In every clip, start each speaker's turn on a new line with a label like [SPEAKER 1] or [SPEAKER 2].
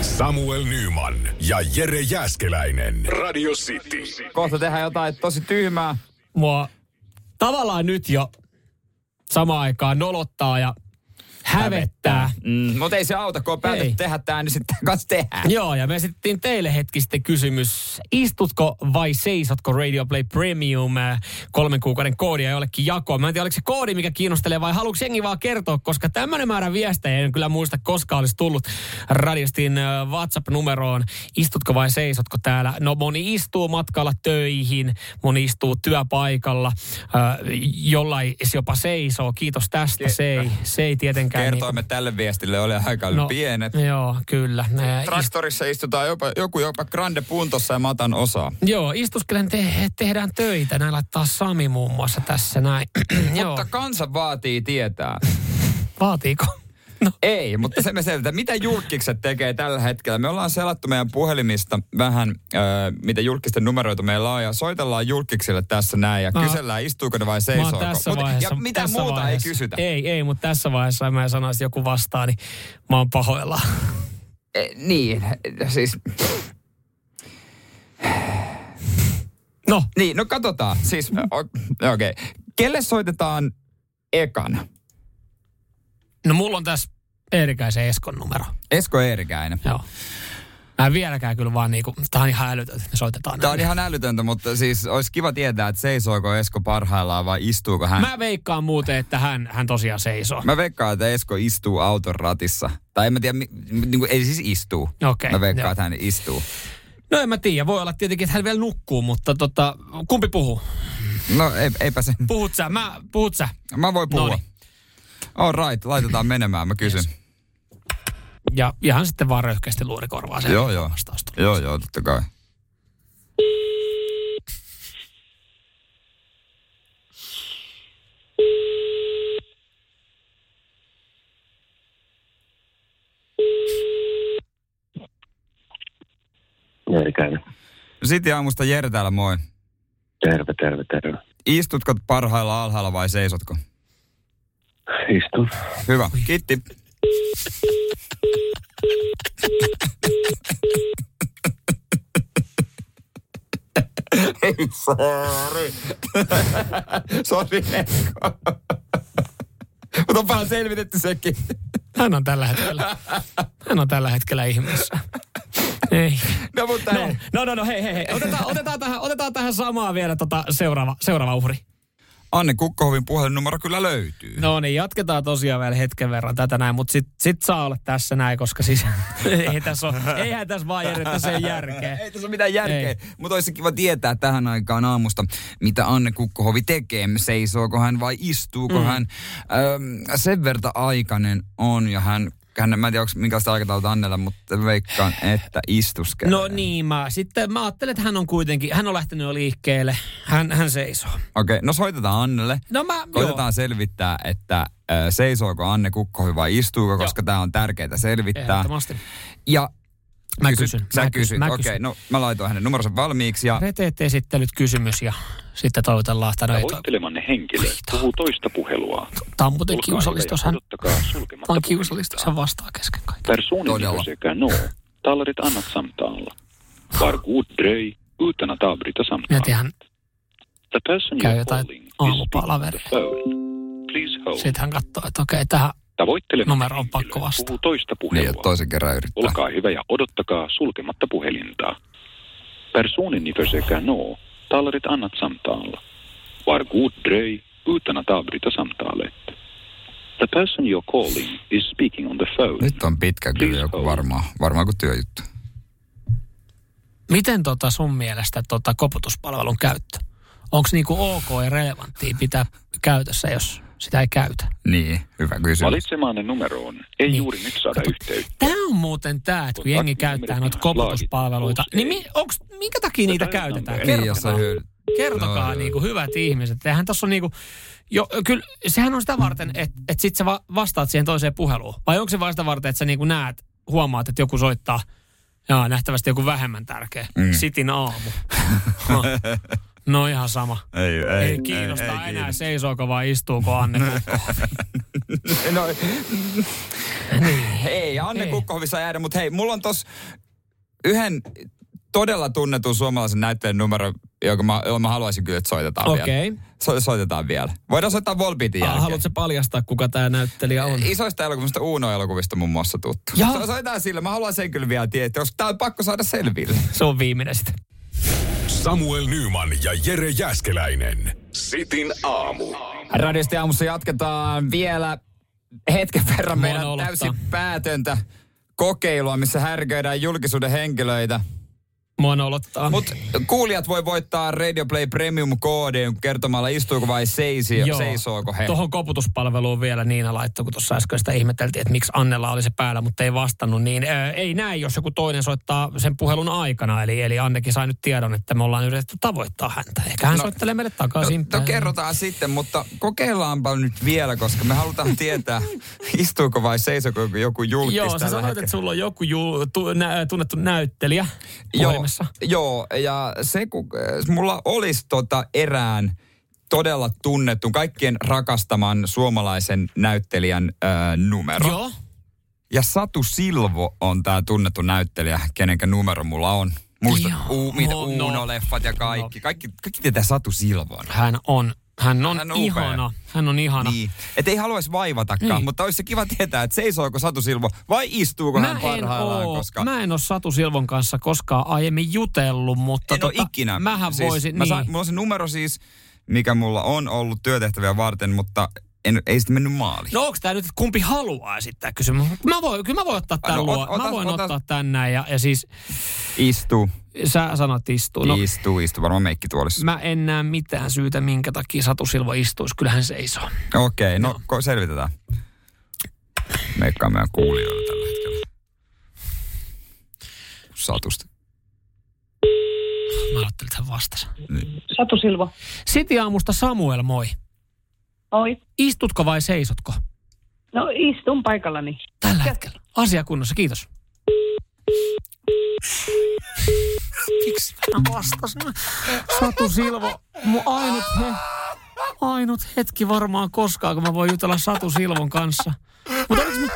[SPEAKER 1] Samuel Nyman ja Jere Jäskeläinen. Radio City.
[SPEAKER 2] Kohta tehdään jotain tosi tyhmää.
[SPEAKER 3] mua tavallaan nyt jo samaan aikaan nolottaa ja hävettää.
[SPEAKER 2] Mm, mutta ei se auta, kun on päätetty
[SPEAKER 3] Ei.
[SPEAKER 2] tehdä tämä, niin sitten kanssa tehdään.
[SPEAKER 3] Joo, ja me esitettiin teille hetki sitten kysymys. Istutko vai seisotko Radio Play Premium äh, kolmen kuukauden koodia jollekin jakoon? Mä en tiedä, oliko se koodi, mikä kiinnostelee vai haluatko jengi vaan kertoa, koska tämmöinen määrä viestejä en kyllä muista koskaan olisi tullut radistin äh, WhatsApp-numeroon. Istutko vai seisotko täällä? No moni istuu matkalla töihin, moni istuu työpaikalla, äh, jollain se jopa seisoo. Kiitos tästä, se ei, se ei tietenkään... niinku-
[SPEAKER 2] Kertoimme tälle viestille, oli aika no. pienet.
[SPEAKER 3] Joo, kyllä. Äh,
[SPEAKER 2] Traktorissa istutaan jopa, joku jopa grande puntossa ja mä otan osaa.
[SPEAKER 3] Joo, istuskelen te- tehdään töitä. Näin laittaa Sami muun muassa tässä näin. Joo,
[SPEAKER 2] Mutta kansa vaatii tietää.
[SPEAKER 3] vaatiiko? No,
[SPEAKER 2] Ei, mutta se me selvitään. Mitä julkikset tekee tällä hetkellä? Me ollaan selattu meidän puhelimista vähän, äh, mitä julkisten numeroita meillä on, ja soitellaan julkiksille tässä näin, ja
[SPEAKER 3] Mä-
[SPEAKER 2] kysellään, istuuko ne vai
[SPEAKER 3] No. mä oon
[SPEAKER 2] seisooko.
[SPEAKER 3] tässä
[SPEAKER 2] Mut-
[SPEAKER 3] vaiheessa.
[SPEAKER 2] ja mitä
[SPEAKER 3] tässä
[SPEAKER 2] muuta
[SPEAKER 3] vaiheessa.
[SPEAKER 2] ei kysytä.
[SPEAKER 3] Ei, ei, mutta tässä vaiheessa mä sanoisin, että joku vastaa, niin mä oon pahoillaan.
[SPEAKER 2] E, niin, e, siis...
[SPEAKER 3] No,
[SPEAKER 2] Niin, no katsotaan. Siis, o- okei. Okay. Kelle soitetaan ekana?
[SPEAKER 3] no mulla on tässä Eerikäisen Eskon numero.
[SPEAKER 2] Esko Eerikäinen.
[SPEAKER 3] Joo. Mä en vieläkään kyllä vaan niinku, tää on ihan älytöntä, että me soitetaan
[SPEAKER 2] Tämä on
[SPEAKER 3] näin.
[SPEAKER 2] ihan älytöntä, mutta siis olisi kiva tietää, että seisooko Esko parhaillaan vai istuuko hän.
[SPEAKER 3] Mä veikkaan muuten, että hän, hän tosiaan seisoo.
[SPEAKER 2] Mä veikkaan, että Esko istuu auton ratissa. Tai en mä tiedä, mi- mi- niinku, ei siis istuu.
[SPEAKER 3] Okei,
[SPEAKER 2] mä veikkaan,
[SPEAKER 3] joo.
[SPEAKER 2] että hän istuu.
[SPEAKER 3] No en mä tiedä, voi olla tietenkin, että hän vielä nukkuu, mutta tota, kumpi puhuu?
[SPEAKER 2] No ei, eipä se.
[SPEAKER 3] Puhut sä, mä, puhut sä.
[SPEAKER 2] Mä voin puhua.
[SPEAKER 3] Noniin.
[SPEAKER 2] All right, laitetaan menemään, mä kysyn.
[SPEAKER 3] Ja ihan sitten vaan röyhkeästi luurikorvaa sen
[SPEAKER 2] Joo, joo.
[SPEAKER 3] vastaus tuli.
[SPEAKER 2] Joo, joo, totta kai.
[SPEAKER 4] Jälkeen.
[SPEAKER 2] Sitten aamusta Jere täällä, moi.
[SPEAKER 4] Terve, terve, terve.
[SPEAKER 2] Istutko parhailla alhaalla vai seisotko?
[SPEAKER 4] Istun.
[SPEAKER 2] Hyvä, kiitti. Ei, sorry. sorry, Esko. Mutta onpahan selvitetty sekin.
[SPEAKER 3] Hän on tällä hetkellä, hän on tällä hetkellä ihmeessä. Ei.
[SPEAKER 2] No, mutta
[SPEAKER 3] No, no, no, no, hei, hei, hei. Otetaan, otetaan, tähän, otetaan tähän samaa vielä tota, seuraava, seuraava uhri.
[SPEAKER 2] Anne Kukkohovin puhelinnumero kyllä löytyy.
[SPEAKER 3] No niin, jatketaan tosiaan vielä hetken verran tätä näin, mutta sit, sit saa olla tässä näin, koska siis ei tässä ole, eihän tässä vaan järjestä sen järkeä.
[SPEAKER 2] Ei tässä ole mitään järkeä,
[SPEAKER 3] Ei.
[SPEAKER 2] mutta olisi kiva tietää tähän aikaan aamusta, mitä Anne Kukkohovi tekee. Seisooko hän vai istuuko mm. hän? Öm, sen verta aikainen on ja hän, hän mä en tiedä, onko minkälaista aikataulta Annella, mutta veikkaan, että istuskelee.
[SPEAKER 3] No niin, mä sitten mä ajattelen, että hän on kuitenkin, hän on lähtenyt jo liikkeelle, hän, hän seisoo.
[SPEAKER 2] Okei, okay, no soitetaan Annelle.
[SPEAKER 3] No mä,
[SPEAKER 2] Koitetaan selvittää, että ö, seisooko Anne Kukkohovi vai istuuko, koska tämä on tärkeää
[SPEAKER 3] joo,
[SPEAKER 2] selvittää.
[SPEAKER 3] ehdottomasti.
[SPEAKER 2] Ja
[SPEAKER 3] Mä
[SPEAKER 2] kysyt-
[SPEAKER 3] kysyn,
[SPEAKER 2] Sä
[SPEAKER 3] mä
[SPEAKER 2] kysyt,
[SPEAKER 3] kysyn, mä
[SPEAKER 2] okei.
[SPEAKER 3] kysyn.
[SPEAKER 2] Okay, no mä laitoin hänen numeronsa valmiiksi ja
[SPEAKER 3] Reteet esittelyt kysymys ja sitten toivotellaan sitä. No, ei toi-
[SPEAKER 5] Tavoittelemanne henkilö puhuu toista puhelua.
[SPEAKER 3] Tämä on muuten
[SPEAKER 5] Olkaa
[SPEAKER 3] kiusallista,
[SPEAKER 5] hyvä
[SPEAKER 3] jos
[SPEAKER 5] ja
[SPEAKER 3] hän,
[SPEAKER 5] odottakaa
[SPEAKER 3] tämä
[SPEAKER 5] sulkematta
[SPEAKER 3] on kiusallista, jos hän vastaa kesken kaiken.
[SPEAKER 2] Todella.
[SPEAKER 5] Personen sekä no. Tallaret annat samtala. Var god dröj utan att avbryta
[SPEAKER 3] Mietin
[SPEAKER 5] samtalet.
[SPEAKER 3] hän,
[SPEAKER 5] The person
[SPEAKER 3] käy
[SPEAKER 5] you're
[SPEAKER 3] jotain
[SPEAKER 5] calling is on the
[SPEAKER 3] aamupalaveria.
[SPEAKER 5] phone. Please hold.
[SPEAKER 3] Sitten hän katsoo, että okei, tähän
[SPEAKER 5] Tavoittelematta
[SPEAKER 3] numero on
[SPEAKER 5] henkilö
[SPEAKER 3] pakko vastata.
[SPEAKER 5] puhuu toista
[SPEAKER 2] niin, ja
[SPEAKER 5] puhelua.
[SPEAKER 2] toisen kerran yrittää.
[SPEAKER 5] Olkaa hyvä ja odottakaa sulkematta puhelinta. Personen ni försöker nå talar ett no. annat samtal. Var god dröj utan att avbryta samtalet. The person you're calling is speaking on the phone.
[SPEAKER 2] Nyt on pitkä kyllä joku varmaan, varmaan kuin työjuttu.
[SPEAKER 3] Miten tota sun mielestä tota koputuspalvelun käyttö? Onko niinku ok ja relevanttia pitää käytössä, jos sitä ei käytä.
[SPEAKER 2] Niin, hyvä kysymys.
[SPEAKER 5] Valitsemaanne numeroon ei
[SPEAKER 3] Niin.
[SPEAKER 5] juuri nyt saada yhteyttä.
[SPEAKER 3] Tämä on muuten tämä, että kun
[SPEAKER 5] Mutta
[SPEAKER 3] jengi
[SPEAKER 5] aktiivimerkki
[SPEAKER 3] käyttää
[SPEAKER 5] on
[SPEAKER 3] noita
[SPEAKER 5] laadittu
[SPEAKER 3] koputuspalveluita,
[SPEAKER 5] usein.
[SPEAKER 3] niin mi, onks, minkä takia niitä
[SPEAKER 5] Tätä
[SPEAKER 3] käytetään?
[SPEAKER 5] ei
[SPEAKER 2] Niin, jos sä
[SPEAKER 3] Kertokaa.
[SPEAKER 2] hyödyt.
[SPEAKER 3] Kertokaa
[SPEAKER 2] No,
[SPEAKER 3] niin kuin hyvät ihmiset. Eihän tässä on niin kuin, jo, kyllä, sehän on sitä varten, että et sit sä va- vastaat siihen toiseen puheluun. Vai onko se vain sitä varten, että sä niin kuin näet, huomaat, että joku soittaa, jaa, nähtävästi joku vähemmän tärkeä. Mm. Sitin aamu. Ha. no ihan sama.
[SPEAKER 2] Ei, ei,
[SPEAKER 3] Ei, kiinnosta ei, enää,
[SPEAKER 2] kiinnosta.
[SPEAKER 3] seisooko vai istuuko Anne Kukko.
[SPEAKER 2] No, Niin. ei, Anne
[SPEAKER 3] Ei.
[SPEAKER 2] Kukkohovi saa jäädä, mutta hei, mulla on tos yhden todella tunnetun suomalaisen näyttelijän numero, joka mä, jolla mä haluaisin kyllä, että soitetaan vielä.
[SPEAKER 3] Okei.
[SPEAKER 2] So, soitetaan vielä. Voidaan soittaa Volbeatin
[SPEAKER 3] Ah,
[SPEAKER 2] jälkeen.
[SPEAKER 3] Haluatko sä paljastaa, kuka tämä näyttelijä on?
[SPEAKER 2] Isoista elokuvista Uuno-elokuvista muun muassa tuttu.
[SPEAKER 3] Jaa.
[SPEAKER 2] So, soitetaan sillä, mä haluan sen kyllä vielä tietää, koska tää on pakko saada selville.
[SPEAKER 3] Se on viimeinen sitten.
[SPEAKER 1] Samuel Nyman ja Jere Jäskeläinen. Sitin aamu.
[SPEAKER 2] Radiosti aamussa jatketaan vielä hetken verran
[SPEAKER 3] Mua
[SPEAKER 2] meidän
[SPEAKER 3] nolottaa.
[SPEAKER 2] täysin päätöntä kokeilua, missä härköidään julkisuuden henkilöitä.
[SPEAKER 3] Mua nolottaa.
[SPEAKER 2] Mut kuulijat voi voittaa Radio Play Premium-koodin kertomalla istuuko vai seisi, seisooko he.
[SPEAKER 3] Tuohon koputuspalveluun vielä Niina laittoi, kun tuossa äskeistä ihmeteltiin, että miksi Annella oli se päällä, mutta ei vastannut. Niin ö, ei näin, jos joku toinen soittaa sen puhelun aikana. Eli, eli Annekin sai nyt tiedon, että me ollaan yritetty tavoittaa häntä. Eikä hän
[SPEAKER 2] No,
[SPEAKER 3] no, soittelee meille
[SPEAKER 2] No,
[SPEAKER 3] takaisin.
[SPEAKER 2] no
[SPEAKER 3] päin.
[SPEAKER 2] kerrotaan sitten, mutta kokeillaanpa nyt vielä, koska me halutaan tietää, istuuko vai seisooko joku julkis
[SPEAKER 3] Joo, sä
[SPEAKER 2] tällä
[SPEAKER 3] sanoit,
[SPEAKER 2] hetkellä.
[SPEAKER 3] että sulla on joku ju, tu, nä, tunnettu näyttelijä
[SPEAKER 2] Joo,
[SPEAKER 3] puhelimessa.
[SPEAKER 2] joo, ja se kun äh, mulla olisi tota erään todella tunnettu, kaikkien rakastaman suomalaisen näyttelijän äh, numero.
[SPEAKER 3] Joo.
[SPEAKER 2] Ja Satu Silvo on tämä tunnettu näyttelijä, kenenkä numero mulla on. Muista
[SPEAKER 3] Joo.
[SPEAKER 2] uu, mitä
[SPEAKER 3] No,
[SPEAKER 2] no,
[SPEAKER 3] no.
[SPEAKER 2] Uuno-leffat ja kaikki. kaikki. Kaikki tietää Satu Silvon.
[SPEAKER 3] Hän on. Hän on,
[SPEAKER 2] Hän on upea.
[SPEAKER 3] ihana. Hän on ihana.
[SPEAKER 2] Niin. Et ei haluaisi vaivatakaan,
[SPEAKER 3] Niin.
[SPEAKER 2] niin. mutta olisi se kiva tietää, että seisooko Satu Silvo vai istuuko
[SPEAKER 3] Mä
[SPEAKER 2] hän
[SPEAKER 3] en,
[SPEAKER 2] parhaillaan.
[SPEAKER 3] oo,
[SPEAKER 2] koska...
[SPEAKER 3] mä en ole Satu Silvon kanssa koskaan aiemmin jutellut, mutta
[SPEAKER 2] en
[SPEAKER 3] tota,
[SPEAKER 2] ole ikinä.
[SPEAKER 3] mähän
[SPEAKER 2] siis,
[SPEAKER 3] voisin,
[SPEAKER 2] Mä
[SPEAKER 3] niin.
[SPEAKER 2] saan, mulla on se numero siis, mikä mulla on ollut työtehtäviä varten, mutta en, ei sitten mennyt maaliin.
[SPEAKER 3] No onko tämä nyt, että kumpi haluaa sitten kysymys? Mä voin, kyllä mä voin ottaa tämän
[SPEAKER 2] No,
[SPEAKER 3] no,
[SPEAKER 2] ot-
[SPEAKER 3] luo. mä
[SPEAKER 2] otas-
[SPEAKER 3] voin
[SPEAKER 2] otas-
[SPEAKER 3] ottaa tän näin ja, ja siis
[SPEAKER 2] Istu,
[SPEAKER 3] sä sanot istuu. No,
[SPEAKER 2] istu, istu. Varmaan meikkituolissa.
[SPEAKER 3] mä en näe mitään syytä, minkä takia Satu Silva istuisi. Kyllähän se iso.
[SPEAKER 2] Okei, okay, no ko, selvitetään. Meikkaa meidän kuulijoilla tällä hetkellä. Satusta.
[SPEAKER 3] Mä ajattelin, että hän vastasi.
[SPEAKER 6] Satu Silvo.
[SPEAKER 3] Siti aamusta Samuel, moi.
[SPEAKER 6] Moi.
[SPEAKER 3] Istutko vai seisotko?
[SPEAKER 6] No istun paikallani.
[SPEAKER 3] Tällä hetkellä. Asiakunnossa, kiitos. Miksi mä vastasin? Satu Silvo, mun ainut, he, ainut hetki varmaan koskaan, kun mä voin jutella Satu Silvon kanssa. Mutta oliks mä,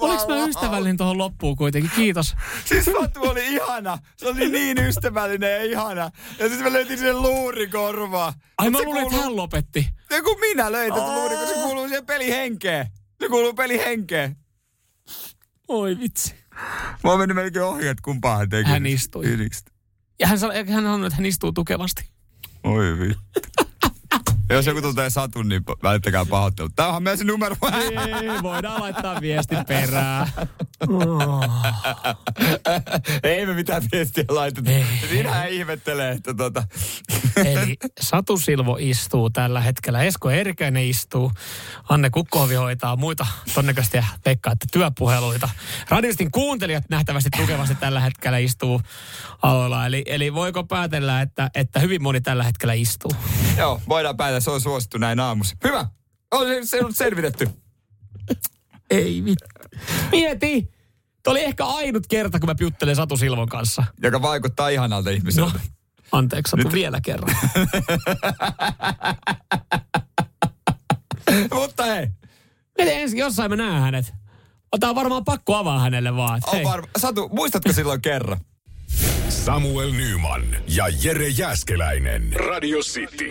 [SPEAKER 3] oliks mä ystävällinen tuohon loppuun kuitenkin? Kiitos.
[SPEAKER 2] Siis Satu oli ihana. Se oli niin ystävällinen ja ihana. Ja sitten mä löytin sen luurikorvaa.
[SPEAKER 3] Ai
[SPEAKER 2] Mut
[SPEAKER 3] mä
[SPEAKER 2] se
[SPEAKER 3] luulin, että
[SPEAKER 2] kuuluu-
[SPEAKER 3] hän lopetti.
[SPEAKER 2] Ja kun minä löin tätä luurikoa, se kuuluu siihen pelihenkeen. Se kuuluu pelihenkeen.
[SPEAKER 3] Oi vitsi.
[SPEAKER 2] Mä oon mennyt melkein ohi, että kumpaa hän teki.
[SPEAKER 3] Hän istui.
[SPEAKER 2] Yrikset.
[SPEAKER 3] Ja hän, sanoi- hän sanoi, että hän istuu tukevasti.
[SPEAKER 2] Oi vittu. Jos joku tuntee satun, niin pa- välittäkää pahoittelut. Tää onhan meidän se numero.
[SPEAKER 3] Ei, voidaan laittaa viesti perään. Oh,
[SPEAKER 2] Ei me mitään viestiä laiteta.
[SPEAKER 3] Ei.
[SPEAKER 2] Sinä ihmettelee, että tota...
[SPEAKER 3] Eli Satu Silvo istuu tällä hetkellä, Esko Erkäinen istuu, Anne Kukkohovi hoitaa muita todennäköisesti ja veikkaatte työpuheluita. Radistin kuuntelijat nähtävästi tukevasti tällä hetkellä istuu aloilla, eli, eli voiko päätellä, että, että hyvin moni tällä hetkellä istuu?
[SPEAKER 2] Joo, voidaan päätä, se on suosittu näin aamussa. Hyvä! On se, se on selvitetty.
[SPEAKER 3] Ei vittu. Mieti! Tuo oli ehkä ainut kerta, kun mä piuttelen Satu Silvon kanssa.
[SPEAKER 2] Joka vaikuttaa ihanalta ihmiseltä.
[SPEAKER 3] No, anteeksi Satu, vielä kerran.
[SPEAKER 2] Mutta hei,
[SPEAKER 3] Miten ensi jossain mä näen hänet? Tää on varmaan pakko avaa hänelle vaan. että
[SPEAKER 2] on
[SPEAKER 3] hei.
[SPEAKER 2] varma. Satu, muistatko silloin kerran?
[SPEAKER 1] Samuel Nyman ja Jere Jäskeläinen. Radio City.